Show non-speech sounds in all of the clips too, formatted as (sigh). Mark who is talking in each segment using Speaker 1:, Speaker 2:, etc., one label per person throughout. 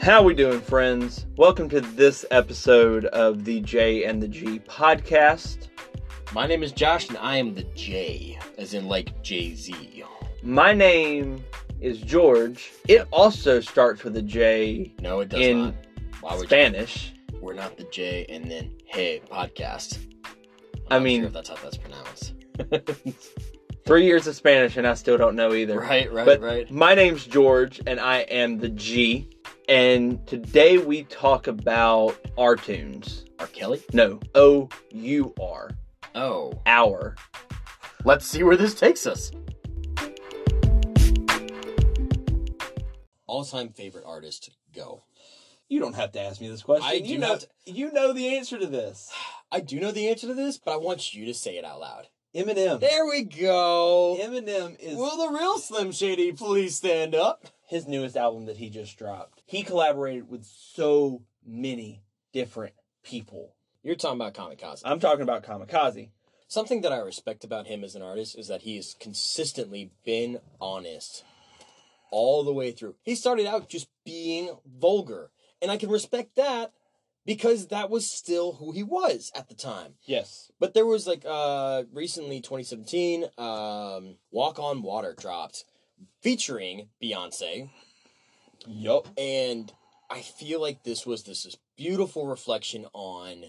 Speaker 1: How we doing, friends? Welcome to this episode of the J and the G podcast.
Speaker 2: My name is Josh, and I am the J, as in like Jay Z.
Speaker 1: My name is George. It also starts with a J
Speaker 2: No, it does
Speaker 1: In
Speaker 2: not. Why would
Speaker 1: Spanish.
Speaker 2: you? We're not the J, and then hey podcast.
Speaker 1: I
Speaker 2: I'm not
Speaker 1: mean-
Speaker 2: sure if that's how that's pronounced.
Speaker 1: Three years of Spanish, and I still don't know either.
Speaker 2: Right, right,
Speaker 1: But-
Speaker 2: right.
Speaker 1: My name's George, and I am the G. And today we talk about our tunes.
Speaker 2: R. Kelly.
Speaker 1: No, O U R.
Speaker 2: Oh,
Speaker 1: Our.
Speaker 2: let's see where this takes us. All-time favorite artist, go.
Speaker 1: You don't have to ask me this question.
Speaker 2: I
Speaker 1: you
Speaker 2: do
Speaker 1: know,
Speaker 2: not-
Speaker 1: You know the answer to
Speaker 2: (sighs)
Speaker 1: this.
Speaker 2: I do know the answer to this, but I want you to say it out loud.
Speaker 1: Eminem.
Speaker 2: There we go.
Speaker 1: Eminem is
Speaker 2: Will the real Slim Shady please stand up?
Speaker 1: his newest album that he just dropped. He collaborated with so many different people.
Speaker 2: You're talking about Kamikaze.
Speaker 1: I'm talking about Kamikaze.
Speaker 2: Something that I respect about him as an artist is that he has consistently been honest all the way through. He started out just being vulgar, and I can respect that because that was still who he was at the time.
Speaker 1: Yes.
Speaker 2: But there was like uh recently 2017 um Walk on Water dropped featuring Beyonce
Speaker 1: Yup.
Speaker 2: and I feel like this was this, this beautiful reflection on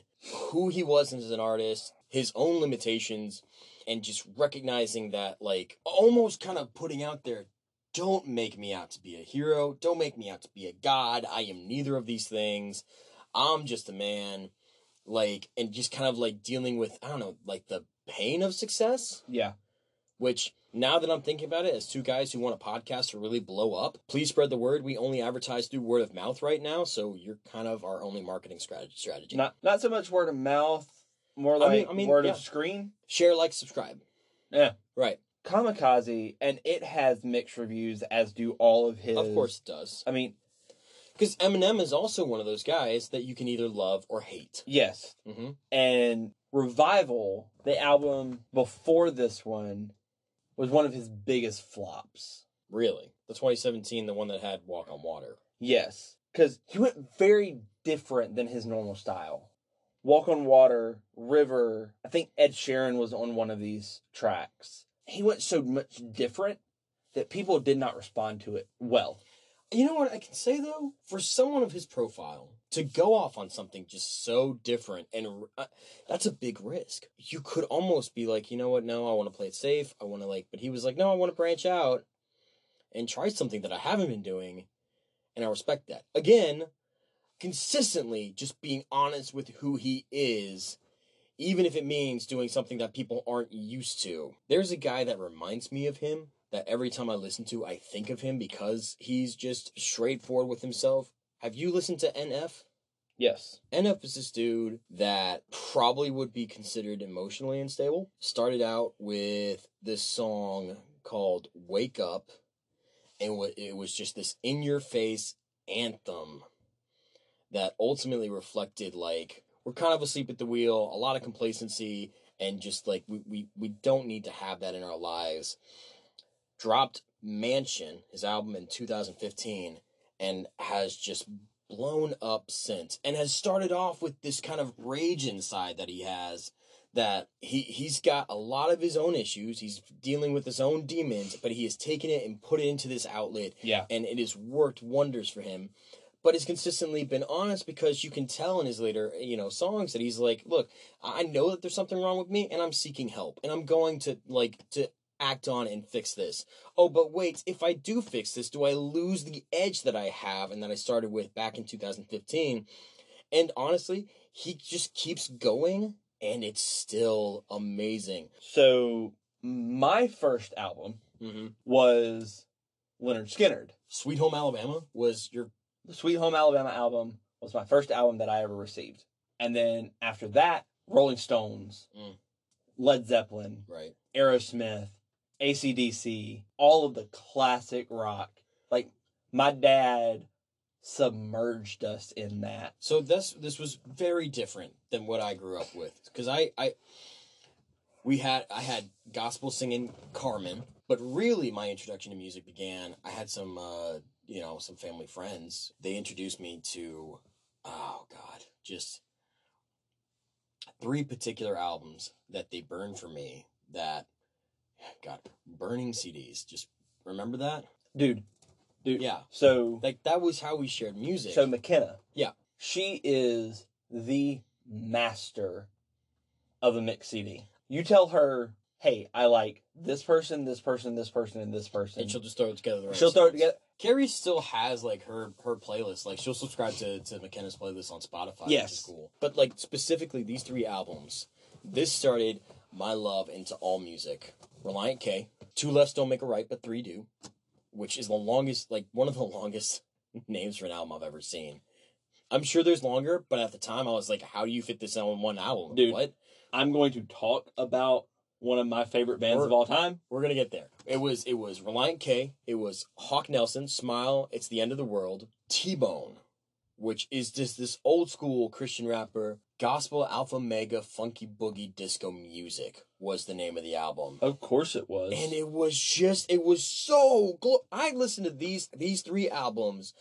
Speaker 2: who he was as an artist, his own limitations, and just recognizing that, like, almost kind of putting out there, don't make me out to be a hero, don't make me out to be a god. I am neither of these things. I'm just a man. Like, and just kind of like dealing with, I don't know, like the pain of success
Speaker 1: Yeah.
Speaker 2: which now that I'm thinking about it, as two guys who want a podcast to really blow up, please spread the word. We only advertise through word of mouth right now, so you're kind of our only marketing strategy. strategy.
Speaker 1: Not not so much word of mouth, more
Speaker 2: I mean-
Speaker 1: like
Speaker 2: I mean,
Speaker 1: word of
Speaker 2: yeah.
Speaker 1: screen.
Speaker 2: Share, like, subscribe.
Speaker 1: Yeah.
Speaker 2: Right.
Speaker 1: Kamikaze, and it has mixed reviews, as do all of his.
Speaker 2: Of course it does.
Speaker 1: I mean,
Speaker 2: Because Eminem is also one of those guys that you can either love or hate.
Speaker 1: yes.
Speaker 2: hmm
Speaker 1: And Revival, the album before this one, was one of his biggest flops.
Speaker 2: Really. The 2017, the one that had Walk on Water.
Speaker 1: Yes, because he went very different than his normal style. Walk on Water, River. I think Ed Sheeran was on one of these tracks. He went so much different that people did not respond to it well.
Speaker 2: You know what I can say though, for someone of his profile to go off on something just so different and r- uh, that's a big risk. You could almost be like, you know what? No, I want to play it safe. I want to like, but he was like, no, I want to branch out and try something that I haven't been doing, and I respect that. Again, consistently just being honest with who he is. Even if it means doing something that people aren't used to. There's a guy that reminds me of him that every time I listen to, I think of him because he's just straightforward with himself. Have you listened to NF?
Speaker 1: Yes.
Speaker 2: NF is this dude that probably would be considered emotionally unstable. Started out with this song called Wake Up, and wa- it was just this in your face anthem that ultimately reflected like we're kind of asleep at the wheel, a lot of complacency, and just like we, we, we don't need to have that in our lives. Dropped Mansion, his album in 2015, and has just blown up since and has started off with this kind of rage inside that he has that he he's got a lot of his own issues he's dealing with his own demons but he has taken it and put it into this outlet
Speaker 1: Yeah.
Speaker 2: and it has worked wonders for him but has consistently been honest because you can tell in his later you know songs that he's like look i I know that there's something wrong with me and i'm seeking help and i'm going to like to act on and fix this oh but wait if i do fix this do i lose the edge that i have and that i started with back in 2015 and honestly he just keeps going and it's still amazing
Speaker 1: So my first album
Speaker 2: mm-hmm.
Speaker 1: was Leonard Skinnard.
Speaker 2: sweet home alabama was your
Speaker 1: The Sweet Home Alabama album was my first album that I ever received. And then after that, Rolling Stones,
Speaker 2: Mm.
Speaker 1: Led Zeppelin,
Speaker 2: right
Speaker 1: Aerosmith, ACDC, all of the classic rock. Like my dad submerged us in that.
Speaker 2: So this this was very different than what I grew up with because I I we had I had gospel singing Carmen But really, my introduction to music began. I had some, uh, you know, some family friends. They introduced me to, oh God, just three particular albums that they burned for me. That, God, burning CDs. Just remember that.
Speaker 1: Dude. Dude.
Speaker 2: Yeah,
Speaker 1: So
Speaker 2: like that was how we shared music.
Speaker 1: so McKenna.
Speaker 2: Yeah.
Speaker 1: She is the master of a mix CD. You tell her, hey, I like this person, this person, this person, and this person.
Speaker 2: and she'll just throw it together. The right
Speaker 1: She'll throw it
Speaker 2: songs.
Speaker 1: together.
Speaker 2: Carrie still has like her her playlist. Like she'll subscribe to, to McKenna's playlist on Spotify. Which is
Speaker 1: Yes.
Speaker 2: cool. But like specifically these three albums, this started my love into all music. Reliant K, two lefts don't make a right, but three do, which is the longest, like one of the (laughs) longest names for an album I've ever seen. I'm sure there's longer, but at the time I was like, how do you fit this on one album?
Speaker 1: Dude.
Speaker 2: What?
Speaker 1: I'm going to talk about one of my favorite bands
Speaker 2: Or-
Speaker 1: of all time.
Speaker 2: We're gonna get there. It was it was Reliant K. It was Hawk Nelson. Smile. It's the end of the world. T Bone, which is just this old school Christian rapper, gospel alpha mega funky boogie disco music was the name of the album.
Speaker 1: Of course it was.
Speaker 2: And it was just it was so glo- I listened to these these three albums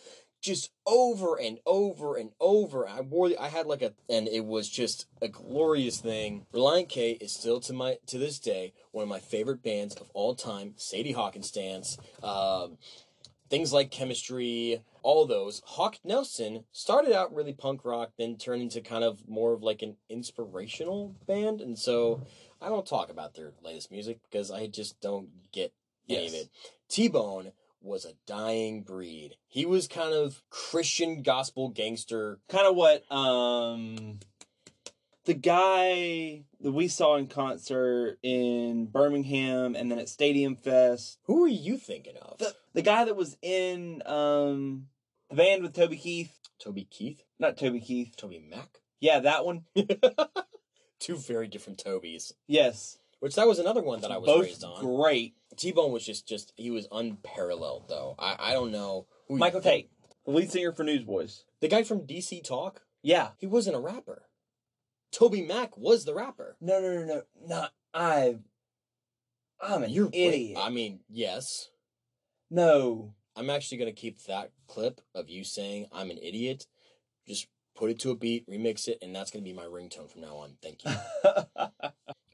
Speaker 2: just over and over and over. I wore the, I had like a and it was just a glorious thing. Reliant K is still to my to this day one of my favorite bands of all time. Sadie Hawkins dance, um, things like Chemistry, all those. Hawk Nelson started out really punk rock, then turned into kind of more of like an inspirational band, and so I don't talk about their latest music because I just don't get any of
Speaker 1: Yes.
Speaker 2: it. T Bone was a dying breed. He was kind of Christian gospel gangster.
Speaker 1: kind of what um the guy that we saw in concert in Birmingham and then at Stadium Fest.
Speaker 2: Who are you thinking of?
Speaker 1: The, the guy that was in um the band with Toby Keith.
Speaker 2: Toby Keith?
Speaker 1: Not Toby Keith.
Speaker 2: Toby Mack?
Speaker 1: Yeah, that one.
Speaker 2: Two very different Tobys.
Speaker 1: Yes.
Speaker 2: Which that was another one that I was
Speaker 1: Both
Speaker 2: raised on.
Speaker 1: great.
Speaker 2: T Bone was just just he was unparalleled though. I I don't know who you
Speaker 1: Michael
Speaker 2: think-
Speaker 1: Tate, the lead singer for Newsboys.
Speaker 2: the guy from DC Talk.
Speaker 1: Yeah.
Speaker 2: He wasn't a rapper. Toby Mack was the rapper.
Speaker 1: No, no, no, no. Not I. I'm an
Speaker 2: You're
Speaker 1: idiot.
Speaker 2: I mean, yes.
Speaker 1: no. (laughs)
Speaker 2: I'm actually gonna keep that clip of you saying I'm an idiot. Just put it to a beat, remix it, and that's gonna be my ringtone from now on.
Speaker 1: (laughs)
Speaker 2: Thank you.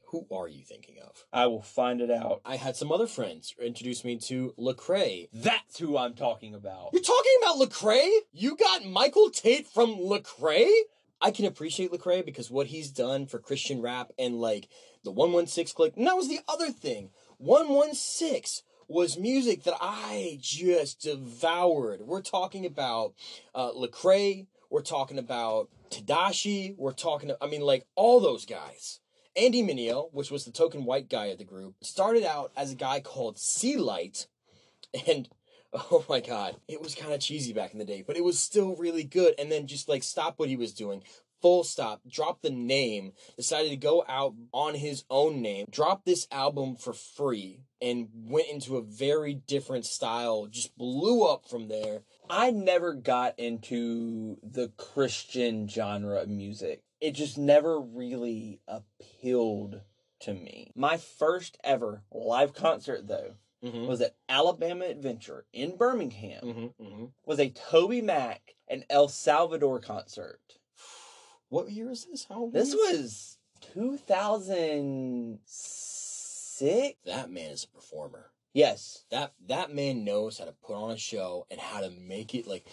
Speaker 2: who are you thinking of?
Speaker 1: I will find it out.
Speaker 2: I had some other friends introduce me to Lecrae.
Speaker 1: That's who I'm talking about.
Speaker 2: You're talking about Lecrae? You got Michael Tate from Lecrae? I can appreciate Lecrae because what he's done for Christian rap and like the 116 click. And that was the other thing. 116 was music that I just devoured. We're talking about uh, Lecrae. We're talking about Tadashi. We're talking, I mean, like all those guys. Andy Mineo, which was the token white guy of the group, started out as a guy called Sea Light. And (laughs) Oh my god, it was kind of cheesy back in the day, but it was still really good. And then just like stop what he was doing, full stop, drop the name, decided to go out on his own name, drop this album for free, and went into a very different style, just blew up from there.
Speaker 1: I never got into the Christian genre of music. It just never really appealed to me. My first ever live concert, though,
Speaker 2: Mm-hmm.
Speaker 1: was at Alabama Adventure in Birmingham.
Speaker 2: Mm-hmm, mm-hmm.
Speaker 1: was a Toby Mac and El Salvador concert.
Speaker 2: What year is this? How old
Speaker 1: This
Speaker 2: were you?
Speaker 1: was 2006.
Speaker 2: That man is a performer.
Speaker 1: Yes.
Speaker 2: that that man knows how to put on a show and how to make it like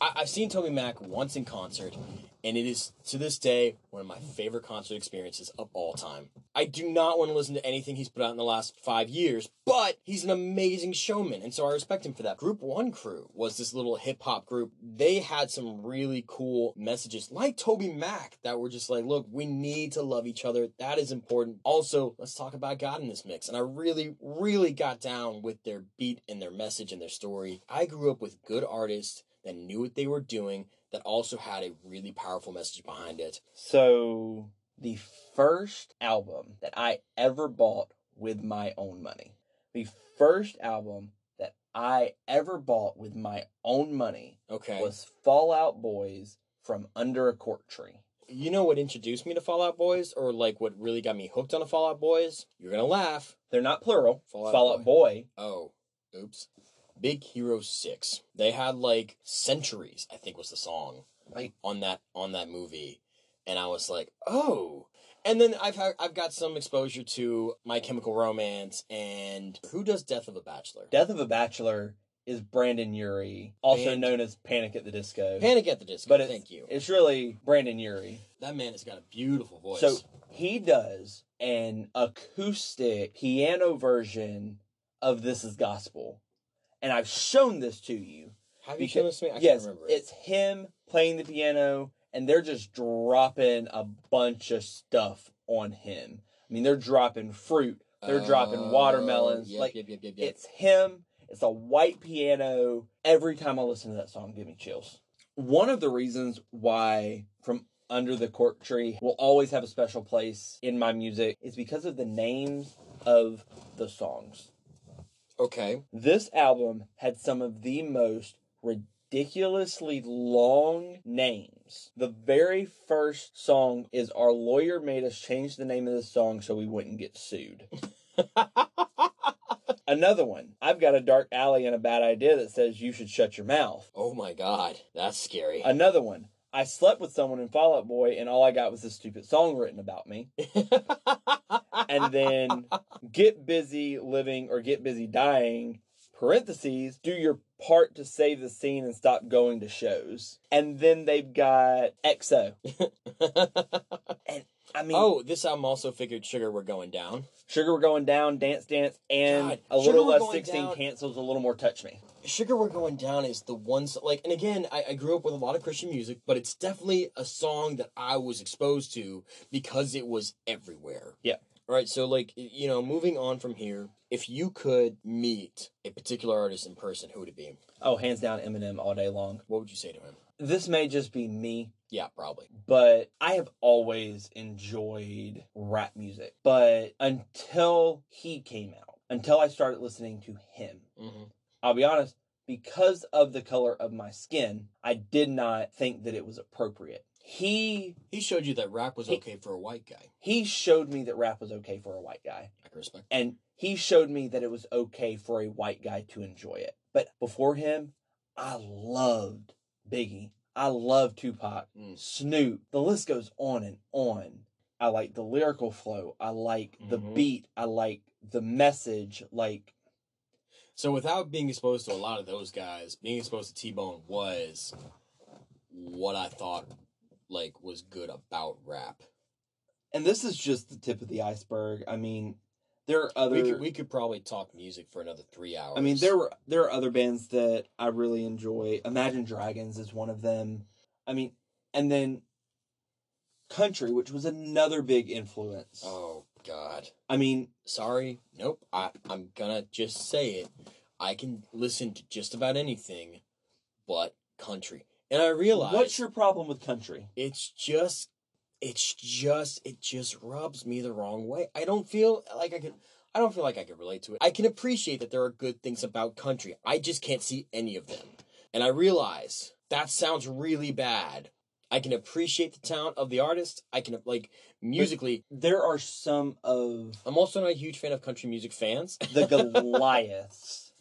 Speaker 2: I, I've seen Toby Mac once in concert, and it is to this day one of my favorite concert experiences of all time. I do not want to listen to anything he's put out in the last five years, but he's an amazing showman, and so I respect him for that. Group One Crew was this little hip hop group. They had some really cool messages, like Toby Mac, that were just like, look, we need to love each other. That is important. Also, let's talk about God in this mix. And I really, really got down with their beat and their message and their story. I grew up with good artists that knew what they were doing that also had a really powerful message behind it.
Speaker 1: So the first album that I ever bought with my own money. The first album that I ever bought with my own money
Speaker 2: Okay.
Speaker 1: was Fallout Boys from Under a Cork Tree.
Speaker 2: you know what introduced me to Fallout Boys, or like what really got me hooked on the Fallout Boys? You're gonna laugh.
Speaker 1: They're not plural.
Speaker 2: Fallout
Speaker 1: Fallout, Boy.
Speaker 2: Oh, oops. Big Hero Six. They had like centuries. I think was the song
Speaker 1: Like-
Speaker 2: on that on that movie, and I was like, oh. And then I've had, I've got some exposure to My Chemical Romance and who does Death of a Bachelor?
Speaker 1: Death of a Bachelor is Brandon Urie, also
Speaker 2: Band-
Speaker 1: known as Panic at the Disco.
Speaker 2: Panic at the Disco.
Speaker 1: But it's,
Speaker 2: thank you.
Speaker 1: It's really Brandon Urie.
Speaker 2: that man has got a beautiful voice.
Speaker 1: So he does an acoustic piano version of This Is Gospel. And I've shown this to you.
Speaker 2: have you shown
Speaker 1: because-
Speaker 2: this to me? I
Speaker 1: yes,
Speaker 2: can't remember. It.
Speaker 1: it's him playing the piano, and they're just dropping a bunch of stuff on him. I mean, they're dropping fruit, they're dropping
Speaker 2: Oh,
Speaker 1: watermelons.
Speaker 2: Yep,
Speaker 1: like,
Speaker 2: yep, yep, yep, yep.
Speaker 1: it's him. It's a white piano. Every time I listen to that song, give me chills. One of the reasons why From Under the Cork Tree will always have a special place in my music is because of the names of the songs.
Speaker 2: okay.
Speaker 1: This album had some of the most ridiculously long names. The very first song is Our Lawyer Made Us Change the Name of the Song So We Wouldn't Get Sued. Another one. I've got a dark alley and a bad idea that says you should shut your mouth.
Speaker 2: Oh my god, that's scary.
Speaker 1: Another one. I slept with someone in Fall Out Boy and all I got was this stupid song written about
Speaker 2: (laughs)
Speaker 1: me. And then get busy living or get busy dying. Parentheses, do your part to save the scene and stop going to shows. And then they've got XO. I mean,
Speaker 2: oh, this album also figured Sugar We're Going Down.
Speaker 1: Sugar We're Going Down, Dance Dance, and
Speaker 2: God,
Speaker 1: A
Speaker 2: Sugar
Speaker 1: Little
Speaker 2: We're
Speaker 1: Less
Speaker 2: Going
Speaker 1: 16
Speaker 2: Down-
Speaker 1: cancels A Little More Touch Me.
Speaker 2: Sugar We're Going Down is the one, so- like, and again, I, I grew up with a lot of Christian music, but it's definitely a song that I was exposed to because it was everywhere.
Speaker 1: Yeah.
Speaker 2: All right, so, like, y- you know, moving on from here, if you could meet a particular artist in person, who would it be?
Speaker 1: Oh, hands down Eminem all day long.
Speaker 2: What would you say to him?
Speaker 1: This may just be me,
Speaker 2: Yeah, probably.
Speaker 1: but I have always enjoyed rap music. But until he came out, until I started listening to him,
Speaker 2: Mm-hmm.
Speaker 1: I'll be honest, because of the color of my skin, I did not think that it was appropriate. He
Speaker 2: He showed you that rap was
Speaker 1: He-
Speaker 2: okay for a white guy.
Speaker 1: he showed me that rap was okay for a white guy.
Speaker 2: I can respect
Speaker 1: And he showed me that it was okay for a white guy to enjoy it. But before him, I loved Biggie. I loved Tupac.
Speaker 2: Mm.
Speaker 1: Snoop. The list goes on and on. I like the lyrical flow. I like the
Speaker 2: Mhm.
Speaker 1: beat. I like the message. Like
Speaker 2: So without being exposed to a lot of those guys, being exposed to T Bone was what I thought like was good about rap.
Speaker 1: and this is just the tip of the iceberg. I mean, there are other
Speaker 2: We could, we could probably talk music for another three hours.
Speaker 1: I mean, there were there are other bands that I really enjoy. Imagine Dragons is one of them. I mean, and then Country, which was another big influence.
Speaker 2: Oh God.
Speaker 1: I mean,
Speaker 2: Sorry. Nope. I I'm gonna just say it. I can listen to just about anything, but country. And I realize
Speaker 1: what's your problem with Country?
Speaker 2: it's just it's just it just rubs me the wrong way i don't feel like i could i don't feel like i could relate to it i can appreciate that there are good things about country i just can't see any of them and i realize that sounds really bad i can appreciate the talent of the artist i can like musically
Speaker 1: There are some of
Speaker 2: i'm also not a huge fan of country music fans (laughs)
Speaker 1: the Goliaths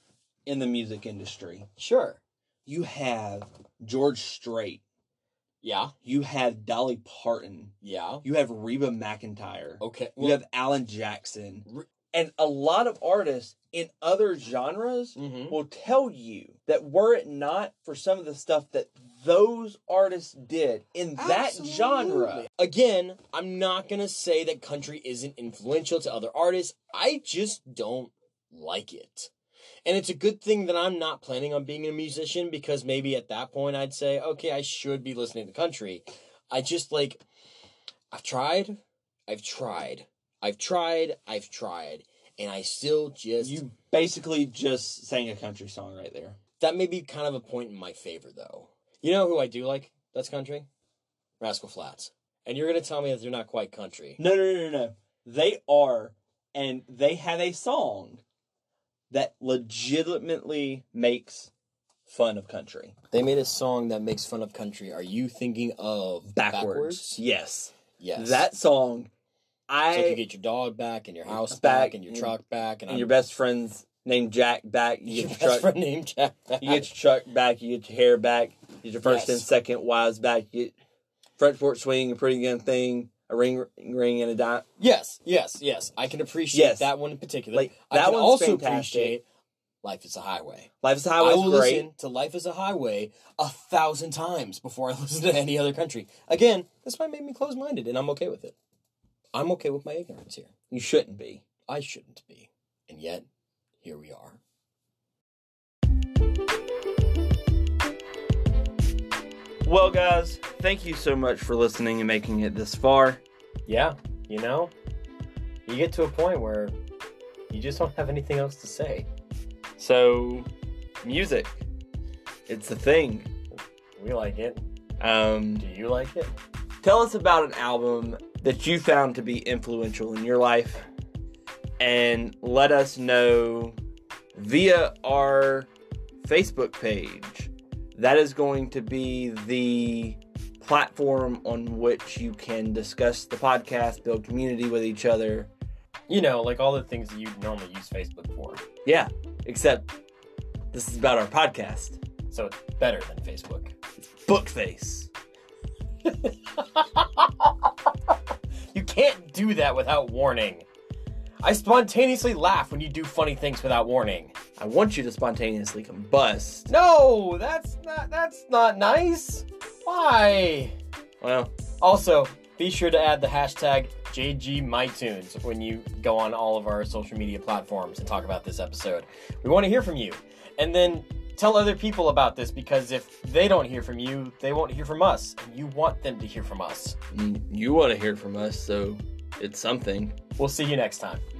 Speaker 1: in the music industry.
Speaker 2: sure
Speaker 1: You have George Strait.
Speaker 2: yeah
Speaker 1: You have Dolly Parton.
Speaker 2: yeah
Speaker 1: You have Reba McIntyre.
Speaker 2: okay
Speaker 1: You have Alan Jackson.
Speaker 2: Oh, Re-
Speaker 1: And a lot of artists in other genres
Speaker 2: Mhm.
Speaker 1: will tell you that were it not for some of the stuff that those artists did in that genre,
Speaker 2: Absolutely. Again, I'm not going to say that country isn't influential to other artists. I just don't like it. And it's a good thing that I'm not planning on being a musician because maybe at that point I'd say, okay, I should be listening to country. I just like, I've tried, I've tried, I've tried, I've tried, and I still just.
Speaker 1: you basically just sang a country song right there.
Speaker 2: that may be kind of a point in my favor, though. You know who I do like? That's country? Rascal Flats. And you're going to tell me that they're not quite country.
Speaker 1: No, no, no, no, no. They are, and they have a song that legitimately makes fun of country.
Speaker 2: They made a song that makes fun of country. Are you thinking of
Speaker 1: Backwards.
Speaker 2: backwards?
Speaker 1: Yes.
Speaker 2: Yes.
Speaker 1: That song, I
Speaker 2: so if you get your dog back and your house back,
Speaker 1: Back
Speaker 2: and your
Speaker 1: and-
Speaker 2: truck back and,
Speaker 1: and your best friend's named Jack back. You
Speaker 2: (laughs)
Speaker 1: get
Speaker 2: your best
Speaker 1: your truck.
Speaker 2: friend named Jack. Back.
Speaker 1: You get your truck back. You get your hair back. You get your first
Speaker 2: Yes.
Speaker 1: and second wives back. You get front porch swing, a pretty good thing, a ring, ring, and a dime.
Speaker 2: yes, yes, yes. I can appreciate
Speaker 1: Yes.
Speaker 2: that one in particular.
Speaker 1: Like
Speaker 2: I
Speaker 1: that
Speaker 2: can
Speaker 1: one's
Speaker 2: also
Speaker 1: fantastic.
Speaker 2: appreciate Life is a Highway.
Speaker 1: Life is a
Speaker 2: I
Speaker 1: Highway
Speaker 2: will
Speaker 1: is great.
Speaker 2: listen to Life is a Highway a thousand times before (laughs) I listen to any other country. Again, this might make me close minded, and I'm okay with it. I'm okay with my ignorance here.
Speaker 1: You shouldn't be.
Speaker 2: I shouldn't be. And yet, here we are.
Speaker 1: Well, guys, thank you so much for listening and making it this far.
Speaker 2: Yeah, you know, you get to a point where you just don't have anything else to say.
Speaker 1: So, music, it's the thing.
Speaker 2: We like it.
Speaker 1: Um,
Speaker 2: Do you like it?
Speaker 1: tell us about an album that you found to be influential in your life and let us know via our Facebook page. That is going to be the platform on which you can discuss the podcast, build community with each other.
Speaker 2: You know, like all the things that you normally use Facebook for.
Speaker 1: Yeah, except this is about our podcast.
Speaker 2: So it's better than Facebook.
Speaker 1: Bookface.
Speaker 2: You can't do that without warning. I spontaneously laugh when you do funny things without warning.
Speaker 1: I want you to spontaneously combust.
Speaker 2: No, that's not that's not nice. Why?
Speaker 1: Well,
Speaker 2: Also, be sure to add the hashtag JGMyTunes when you go on all of our social media platforms and talk about this episode. We want to hear from you. And then tell other people about this because if they don't hear from you, they won't hear from us. And you want them to hear from us.
Speaker 1: you want to hear from us, so it's something.
Speaker 2: We'll see you next time.